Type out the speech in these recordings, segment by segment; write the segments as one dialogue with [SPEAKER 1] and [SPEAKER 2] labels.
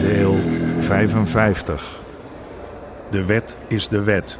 [SPEAKER 1] Deel 55. De wet is de wet.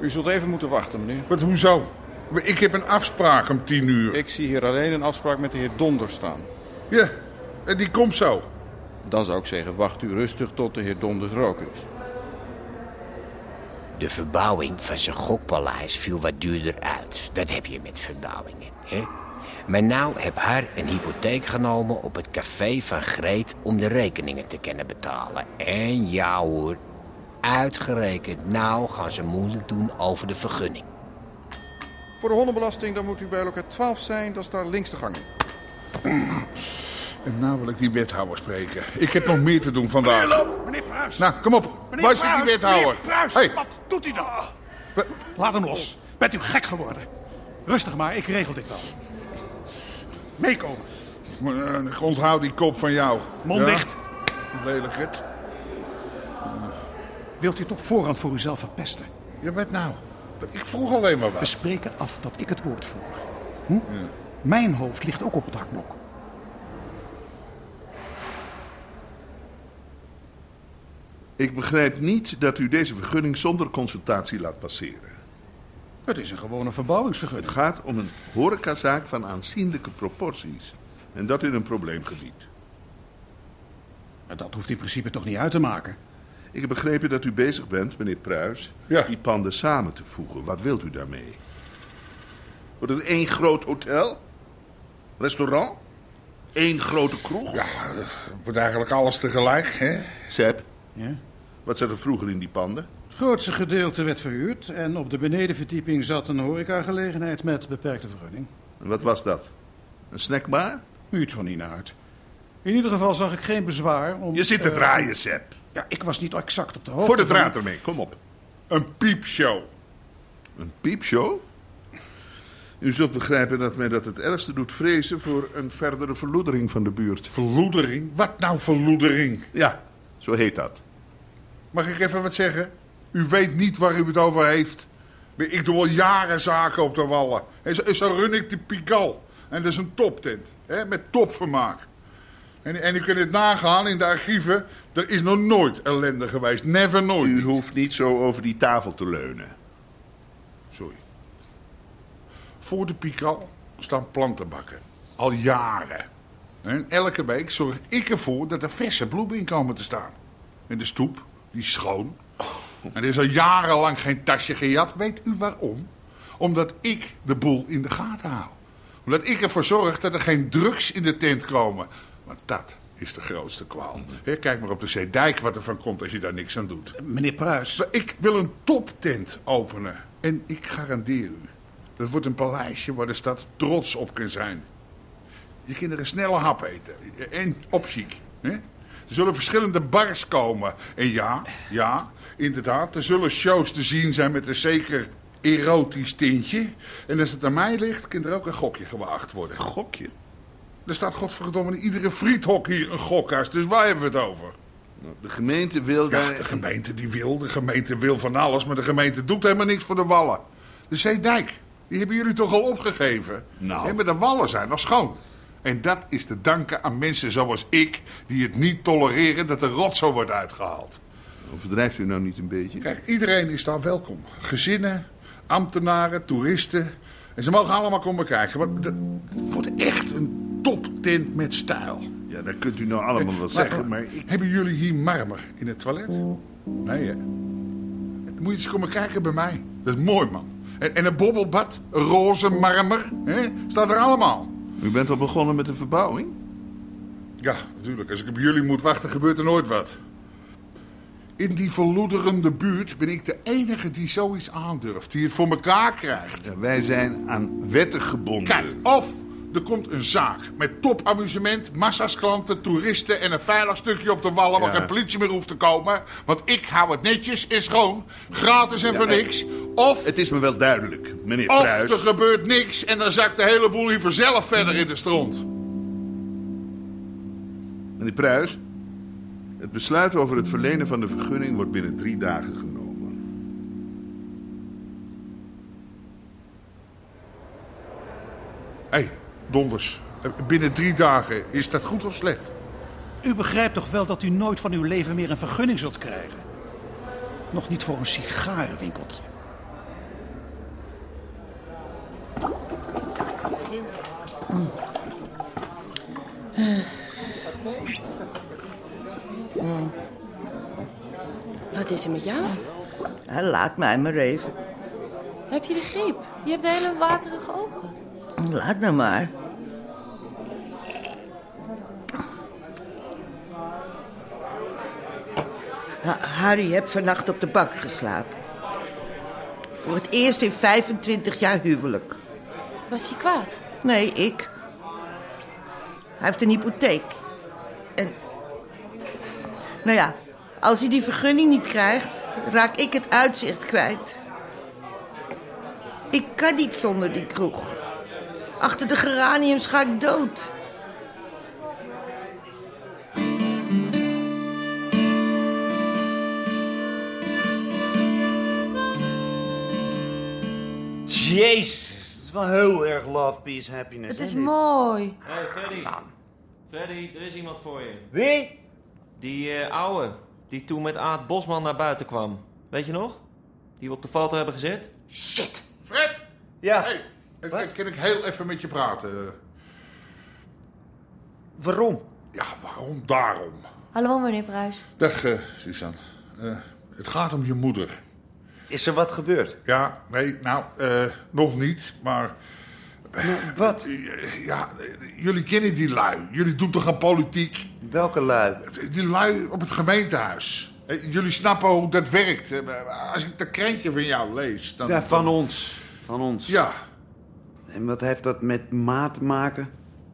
[SPEAKER 2] U zult even moeten wachten, meneer.
[SPEAKER 3] Wat, hoezo? Ik heb een afspraak om tien uur.
[SPEAKER 2] Ik zie hier alleen een afspraak met de heer Donder staan.
[SPEAKER 3] Ja, en die komt zo.
[SPEAKER 2] Dan zou ik zeggen, wacht u rustig tot de heer Donder roken is.
[SPEAKER 4] De verbouwing van zijn gokpaleis viel wat duurder uit. Dat heb je met verbouwingen, hè? Maar nou heb haar een hypotheek genomen op het café van Greet om de rekeningen te kunnen betalen. En ja hoor, uitgerekend nou gaan ze moeilijk doen over de vergunning.
[SPEAKER 2] Voor de hondenbelasting, dan moet u bij loket 12 zijn. Dat is daar links de gang in.
[SPEAKER 3] En nou wil ik die wethouder spreken. Ik heb nog meer te doen vandaag.
[SPEAKER 5] Meneer Pruis.
[SPEAKER 3] Nou, kom op.
[SPEAKER 5] meneer
[SPEAKER 3] Waar zit die
[SPEAKER 5] Pruis,
[SPEAKER 3] wethouder?
[SPEAKER 5] Meneer Pruis,
[SPEAKER 3] Hey,
[SPEAKER 5] wat doet u dan?
[SPEAKER 3] wa-
[SPEAKER 5] Laat hem los. Bent u gek geworden? Rustig maar, ik regel dit wel. Meekomen.
[SPEAKER 3] eh, ik onthoud die kop van jou.
[SPEAKER 5] Mond
[SPEAKER 3] Ja?
[SPEAKER 5] dicht.
[SPEAKER 3] Lelijk het.
[SPEAKER 5] Wilt u het op voorhand voor uzelf verpesten?
[SPEAKER 3] Je bent nou. Ik vroeg alleen maar
[SPEAKER 5] We
[SPEAKER 3] wat.
[SPEAKER 5] spreken af dat ik het woord voer. Hm? Mijn hoofd ligt ook op het hakblok.
[SPEAKER 6] Ik begrijp niet dat u deze vergunning zonder consultatie laat passeren.
[SPEAKER 5] Het is een gewone verbouwingsvergunning.
[SPEAKER 6] Het gaat om een horecazaak van aanzienlijke proporties. En dat in een probleemgebied.
[SPEAKER 5] Maar Dat hoeft in principe toch niet uit te maken.
[SPEAKER 6] Ik heb begrepen dat u bezig bent, meneer Pruis,
[SPEAKER 3] Ja.
[SPEAKER 6] die panden samen te voegen. Wat wilt u daarmee? Wordt het één groot hotel? Restaurant? Eén grote kroeg?
[SPEAKER 3] Ja, het wordt eigenlijk alles tegelijk, hè?
[SPEAKER 6] Sepp,
[SPEAKER 5] Ja?
[SPEAKER 6] wat zat er vroeger in die panden?
[SPEAKER 5] Het grootste gedeelte werd verhuurd en op de benedenverdieping zat een horecagelegenheid met beperkte vergunning.
[SPEAKER 6] En wat was dat? Een snackbar?
[SPEAKER 5] Iets van in uit. In ieder geval zag ik geen bezwaar om...
[SPEAKER 6] Je zit te
[SPEAKER 5] eh,
[SPEAKER 6] draaien, Sepp.
[SPEAKER 5] Ja, ik was niet exact op de hoogte.
[SPEAKER 6] Voor de
[SPEAKER 5] van-
[SPEAKER 6] draad ermee, kom op.
[SPEAKER 3] Een piepshow.
[SPEAKER 6] Een piepshow? U zult begrijpen dat mij dat het ergste doet vrezen voor een verdere verloedering van de buurt.
[SPEAKER 3] Verloedering? Wat nou verloedering?
[SPEAKER 6] Ja, zo heet dat.
[SPEAKER 3] Mag ik even wat zeggen? U weet niet waar u het over heeft. Ik doe al jaren zaken op de wallen. En zo, zo run ik de Pigal. En dat is een toptent. Hè, met topvermaak. En, en u kunt het nagaan in de archieven. Er is nog nooit ellende geweest. Never nooit.
[SPEAKER 6] U hoeft niet zo over die tafel te leunen.
[SPEAKER 3] Sorry. Voor de Pikal staan plantenbakken. Al jaren. En elke week zorg ik ervoor dat er verse bloemen in komen te staan. En de stoep, die is schoon. En er is al jarenlang geen tasje gejat. Weet u waarom? Omdat ik de boel in de gaten hou. Omdat ik ervoor zorg dat er geen drugs in de tent komen. Want dat is de grootste kwaal. Hè, kijk maar op de Zeedijk wat er van komt als je daar niks aan doet.
[SPEAKER 5] Meneer Pruis,
[SPEAKER 3] Maar Ik wil een toptent openen. En ik garandeer u, dat wordt een paleisje waar de stad trots op kan zijn. Je kinderen snelle hap eten. En opchiek. Hè? Er zullen verschillende bars komen. En ja, ja, inderdaad, er zullen shows te zien zijn met een zeker erotisch tintje. En als het aan mij ligt, kan er ook een gokje gewaagd worden.
[SPEAKER 6] Gokje?
[SPEAKER 3] Er staat godverdomme in iedere friethok hier een gokhuis, dus waar hebben we het over?
[SPEAKER 6] Nou, De gemeente wil
[SPEAKER 3] Ja,
[SPEAKER 6] daar...
[SPEAKER 3] de gemeente die wil, de gemeente wil van alles, maar de gemeente doet helemaal niks voor de wallen. De Zeedijk, die hebben jullie toch al opgegeven?
[SPEAKER 6] Nou.
[SPEAKER 3] Hé, maar de wallen zijn nog schoon. En dat is te danken aan mensen zoals ik, die het niet tolereren dat de rotzooi wordt uitgehaald.
[SPEAKER 6] Overdrijft u nou niet een beetje?
[SPEAKER 3] Kijk, iedereen is daar welkom. Gezinnen, ambtenaren, toeristen. En ze mogen allemaal komen kijken, want het wordt echt een toptent met stijl.
[SPEAKER 6] Ja, daar kunt u nou allemaal wat
[SPEAKER 3] Maar- eh,
[SPEAKER 6] zeggen, maar ik...
[SPEAKER 3] Hebben jullie hier marmer in het toilet? Nee, hè? Dan moet je eens komen kijken bij mij. Dat is mooi, man. En, en een bobbelbad, roze marmer, hè? staat er allemaal.
[SPEAKER 6] U bent al begonnen met de verbouwing?
[SPEAKER 3] Ja, natuurlijk. Als ik op jullie moet wachten, gebeurt er nooit wat. In die verloederende buurt ben ik de enige die zoiets aandurft. Die het voor elkaar krijgt.
[SPEAKER 6] En wij zijn aan wetten gebonden.
[SPEAKER 3] Kijk, of er komt een zaak met topamusement, massa's klanten, toeristen en een veilig stukje op de wallen waar
[SPEAKER 6] Ja.
[SPEAKER 3] geen politie meer hoeft te komen. Want ik hou het netjes en schoon, gratis en voor
[SPEAKER 6] maar-
[SPEAKER 3] niks. Of,
[SPEAKER 6] Het is me wel duidelijk, meneer
[SPEAKER 3] of
[SPEAKER 6] Pruis.
[SPEAKER 3] er gebeurt niks en dan zakt de hele boel hier vanzelf verder in de stront.
[SPEAKER 6] Meneer Pruis, het besluit over het verlenen van de vergunning wordt binnen drie dagen genomen.
[SPEAKER 3] Hé, donders. Eh, Binnen drie dagen, is dat goed of slecht?
[SPEAKER 5] U begrijpt toch wel dat u nooit van uw leven meer een vergunning zult krijgen? Nog niet voor een sigarenwinkeltje.
[SPEAKER 7] Wat is er met jou?
[SPEAKER 8] Ja, Laat mij maar even.
[SPEAKER 7] Heb je de griep? Je hebt hele waterige ogen.
[SPEAKER 8] Laat nou maar. Ha- Harry heb vannacht op de bank geslapen. Voor het eerst in 25 jaar huwelijk.
[SPEAKER 7] Was hij kwaad?
[SPEAKER 8] Nee, ik. Hij heeft een hypotheek. En. Nou ja, als hij die vergunning niet krijgt, raak ik het uitzicht kwijt. Ik kan niet zonder die kroeg. Achter de geraniums ga ik dood.
[SPEAKER 9] Jezus, het is wel heel erg love, peace, happiness.
[SPEAKER 7] Het is
[SPEAKER 9] hè, dit?
[SPEAKER 7] mooi.
[SPEAKER 10] Hey Freddy. Freddy, er is iemand voor je.
[SPEAKER 9] Wie?
[SPEAKER 10] Die eh, ouwe, die toen met Aad Bosman naar buiten kwam. Weet je nog? Die we op de foto hebben gezet.
[SPEAKER 9] Shit.
[SPEAKER 3] Fred!
[SPEAKER 9] Ja,
[SPEAKER 3] Hé, hey,
[SPEAKER 9] Wat?
[SPEAKER 3] kan ik heel even met je praten?
[SPEAKER 9] waarom?
[SPEAKER 3] Ja, waarom daarom?
[SPEAKER 11] Hallo meneer Pruis.
[SPEAKER 3] Dag, eh, Suzanne. Eh, het gaat om je moeder.
[SPEAKER 9] Is er wat gebeurd?
[SPEAKER 3] Ja, nee, nou, eh, nog niet, maar...
[SPEAKER 9] Wat?
[SPEAKER 3] eh, Ja, eh, jullie kennen die lui. Jullie doen toch aan politiek?
[SPEAKER 9] Welke lui?
[SPEAKER 3] Die lui op het gemeentehuis. Eh, Jullie snappen hoe dat werkt. Eh, Als ik dat krentje van jou lees, dan...
[SPEAKER 9] Ja, van ons. Van ons.
[SPEAKER 3] Ja.
[SPEAKER 9] En wat heeft dat met maat te maken?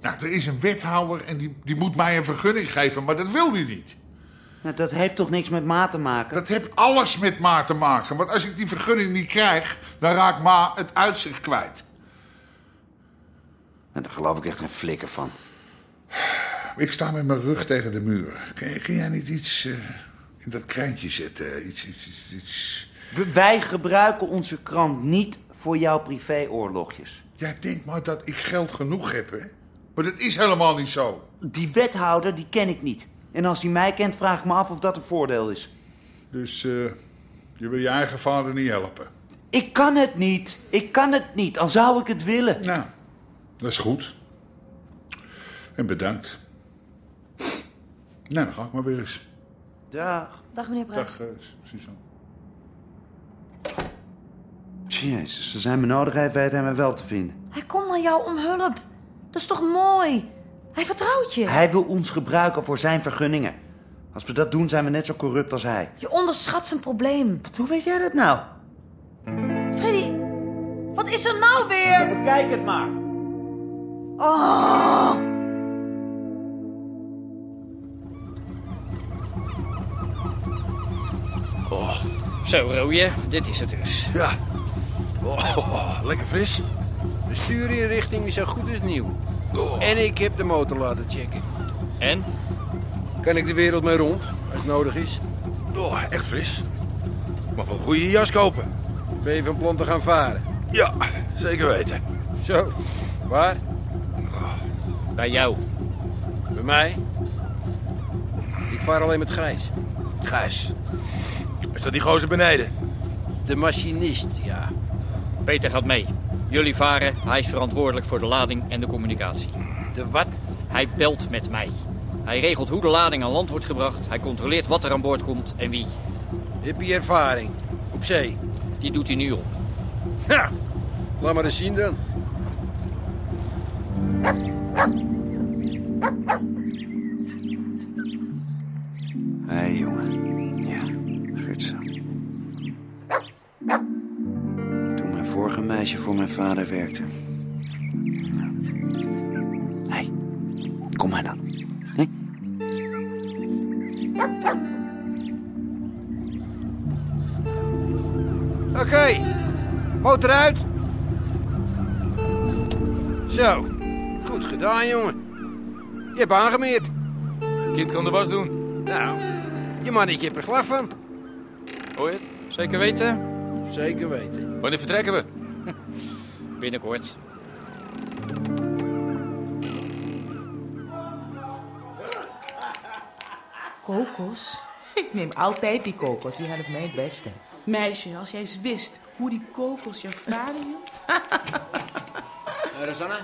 [SPEAKER 3] Nou, er is een wethouder en die, die moet mij een vergunning geven, maar dat wil hij niet.
[SPEAKER 9] Nou, dat heeft toch niks met maat te maken?
[SPEAKER 3] Dat heeft alles met Ma te maken. Want als ik die vergunning niet krijg, dan raakt Ma het uitzicht kwijt.
[SPEAKER 9] Nou, daar geloof ik echt een flikker van.
[SPEAKER 3] Ik sta met mijn rug tegen de muur. Kun, kun jij niet iets eh, in dat krantje zetten? Iets, iets, iets, iets.
[SPEAKER 9] W- wij gebruiken onze krant niet voor jouw privéoorlogjes.
[SPEAKER 3] Jij denkt maar dat ik geld genoeg heb, hè? Maar dat is helemaal niet zo.
[SPEAKER 9] Die wethouder, die ken ik niet. En als hij mij kent, vraag ik me af of dat een voordeel is.
[SPEAKER 3] Dus eh, je wil je eigen vader niet helpen?
[SPEAKER 9] Ik kan het niet. Ik kan het niet. Al zou ik het willen.
[SPEAKER 3] Nou, dat is goed. En bedankt. Nou, dan ga ik maar weer eens.
[SPEAKER 9] Dag.
[SPEAKER 11] Dag meneer Pruis.
[SPEAKER 3] Dag, eh, Suzanne.
[SPEAKER 9] Jezus, ze zijn me nodig heeft, weet hij mij wel te vinden.
[SPEAKER 11] Hij komt naar jou om hulp. Dat is toch mooi? Hij vertrouwt je.
[SPEAKER 9] Hij wil ons gebruiken voor zijn vergunningen. Als we dat doen, zijn we net zo corrupt als hij.
[SPEAKER 11] Je onderschat zijn probleem.
[SPEAKER 9] Wat, hoe weet jij dat nou?
[SPEAKER 11] Freddy, wat is er nou weer?
[SPEAKER 9] Bekijk het maar.
[SPEAKER 11] Oh.
[SPEAKER 12] Zo, rooie, dit is het dus.
[SPEAKER 10] Ja. Oh, lekker fris.
[SPEAKER 12] De stuurinrichting is zo goed als nieuw.
[SPEAKER 10] Oh.
[SPEAKER 12] En ik heb de motor laten checken.
[SPEAKER 10] En?
[SPEAKER 12] Kan ik de wereld mee rond, als het nodig is?
[SPEAKER 10] Oh, echt fris. Mag een goede jas kopen.
[SPEAKER 12] Ben je van plan te gaan varen?
[SPEAKER 10] Ja, zeker weten.
[SPEAKER 12] Zo, waar?
[SPEAKER 10] Bij jou.
[SPEAKER 12] Bij mij? Ik vaar alleen met Gijs.
[SPEAKER 10] Gijs. Is dat die gozer beneden?
[SPEAKER 12] De machinist, ja.
[SPEAKER 10] Peter gaat mee. Jullie varen. Hij is verantwoordelijk voor de lading en de communicatie.
[SPEAKER 12] De wat?
[SPEAKER 10] Hij belt met mij. Hij regelt hoe de lading aan land wordt gebracht. Hij controleert wat er aan boord komt en wie.
[SPEAKER 12] Heb je ervaring? Op zee?
[SPEAKER 10] Die doet hij nu op.
[SPEAKER 12] Ha! Laat maar eens zien dan.
[SPEAKER 9] Hé, jongen. Ja.
[SPEAKER 13] voor mijn vader werkte. Hé, hey, kom maar dan. Hé?
[SPEAKER 12] Oké, motor uit. Zo, goed gedaan, jongen. Je hebt aangemeerd. Kind kan de was doen. Nou, je mannetje hebt er slag van. Hoor je Zeker weten? Zeker weten.
[SPEAKER 14] Wanneer vertrekken we? Binnenkort.
[SPEAKER 15] Kokos? Ik neem altijd die kokos, die helpt mij het beste.
[SPEAKER 7] Meisje, als jij eens wist hoe die kokos je vader hield.
[SPEAKER 12] Eh,
[SPEAKER 14] Rosanna?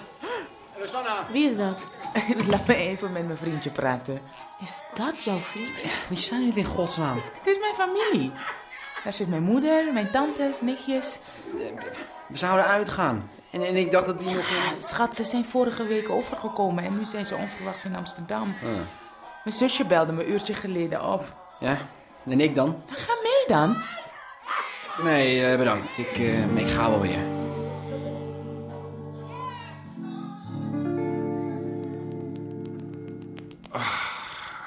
[SPEAKER 14] Rosanna?
[SPEAKER 7] Wie is dat?
[SPEAKER 15] Laat me even met mijn vriendje praten.
[SPEAKER 7] Is dat jouw vriend?
[SPEAKER 15] Wie zijn dit in godsnaam? Het is mijn familie. Daar zit mijn moeder, mijn tantes, nichtjes.
[SPEAKER 13] We zouden uitgaan. En, en ik dacht dat die nog...
[SPEAKER 15] Schat, ze zijn vorige week overgekomen en nu zijn ze onverwachts in Amsterdam.
[SPEAKER 13] Ah.
[SPEAKER 15] Mijn zusje belde me een uurtje geleden op. Nou,
[SPEAKER 13] Ja, en ik dan?
[SPEAKER 15] Ga mee dan.
[SPEAKER 13] Nee, eh, bedankt. Ik, eh, ik ga wel weer.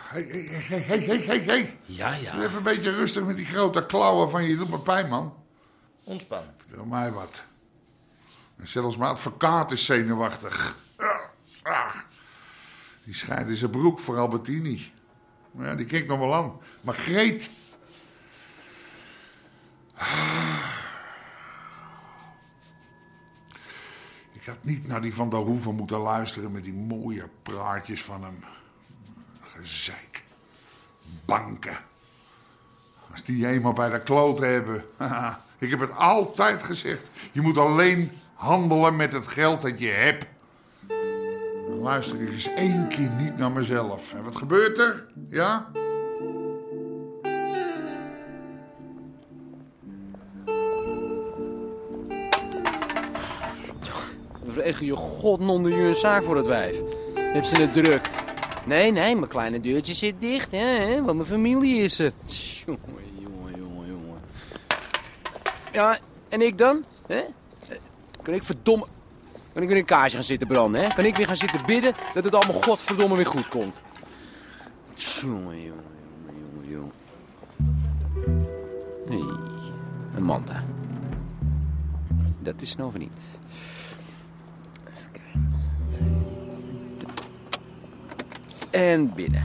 [SPEAKER 3] Hey, hey, hey, hey, hey, hey, hey.
[SPEAKER 14] Ja, ja.
[SPEAKER 3] Even een beetje rustig met die grote klauwen van je. Je doet me pijn, man.
[SPEAKER 14] Ontspan.
[SPEAKER 3] Vertel mij wat. En zelfs mijn advocaat is zenuwachtig. Ah, ah. Die schijnt in zijn broek voor Albertini. Maar ja, die kijkt nog wel aan. Maar Greet... Ah. Ik had niet naar die Van der Hoeven moeten luisteren met die mooie praatjes van hem. Gezeik. Banken. Als die je eenmaal bij de kloot hebben. Ik heb het altijd gezegd. Je moet alleen handelen met het geld dat je hebt. Dan luister ik eens één keer niet naar mezelf. En wat gebeurt er? Ja?
[SPEAKER 13] Regel je godnonde je een zaak voor het wijf. Heb ze het druk. Nee, nee, mijn kleine deurtje zit dicht, hè, hè, want mijn familie is er. Jongen, jongen, jongen, jongen. Ja, en ik dan? Hè? Eh, Kan ik verdomme... Kan ik weer een kaarsje gaan zitten branden, hè? Kan ik weer gaan zitten bidden dat het allemaal godverdomme weer goed komt? Jongen, jongen, jongen, jongen, jongen. Hey, een manta. Dat is nou van niet. En binnen.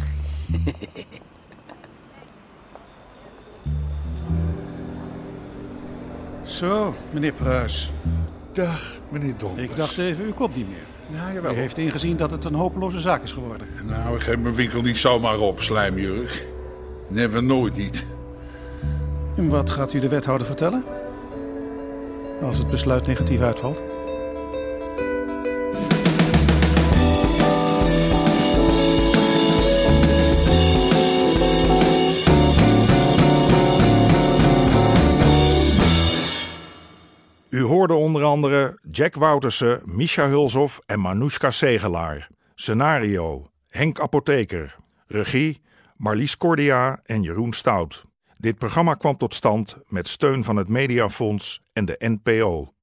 [SPEAKER 5] Zo, meneer Pruis.
[SPEAKER 3] Dag, meneer Donkers.
[SPEAKER 5] Ik dacht even, u komt niet meer.
[SPEAKER 3] Nou,
[SPEAKER 5] U heeft ingezien dat het een hopeloze zaak is geworden.
[SPEAKER 3] Nou, ik geef mijn winkel niet zomaar op, slijmjurk. Never, nooit niet.
[SPEAKER 5] En wat gaat u de wethouder vertellen? Als het besluit negatief uitvalt?
[SPEAKER 1] U hoorde onder andere Jack Woutersen, Misha Hulshoff en Manoushka Segelaar. Scenario: Henk Apotheker. Regie: Marlies Cordia en Jeroen Stout. Dit programma kwam tot stand met steun van het Mediafonds en de NPO.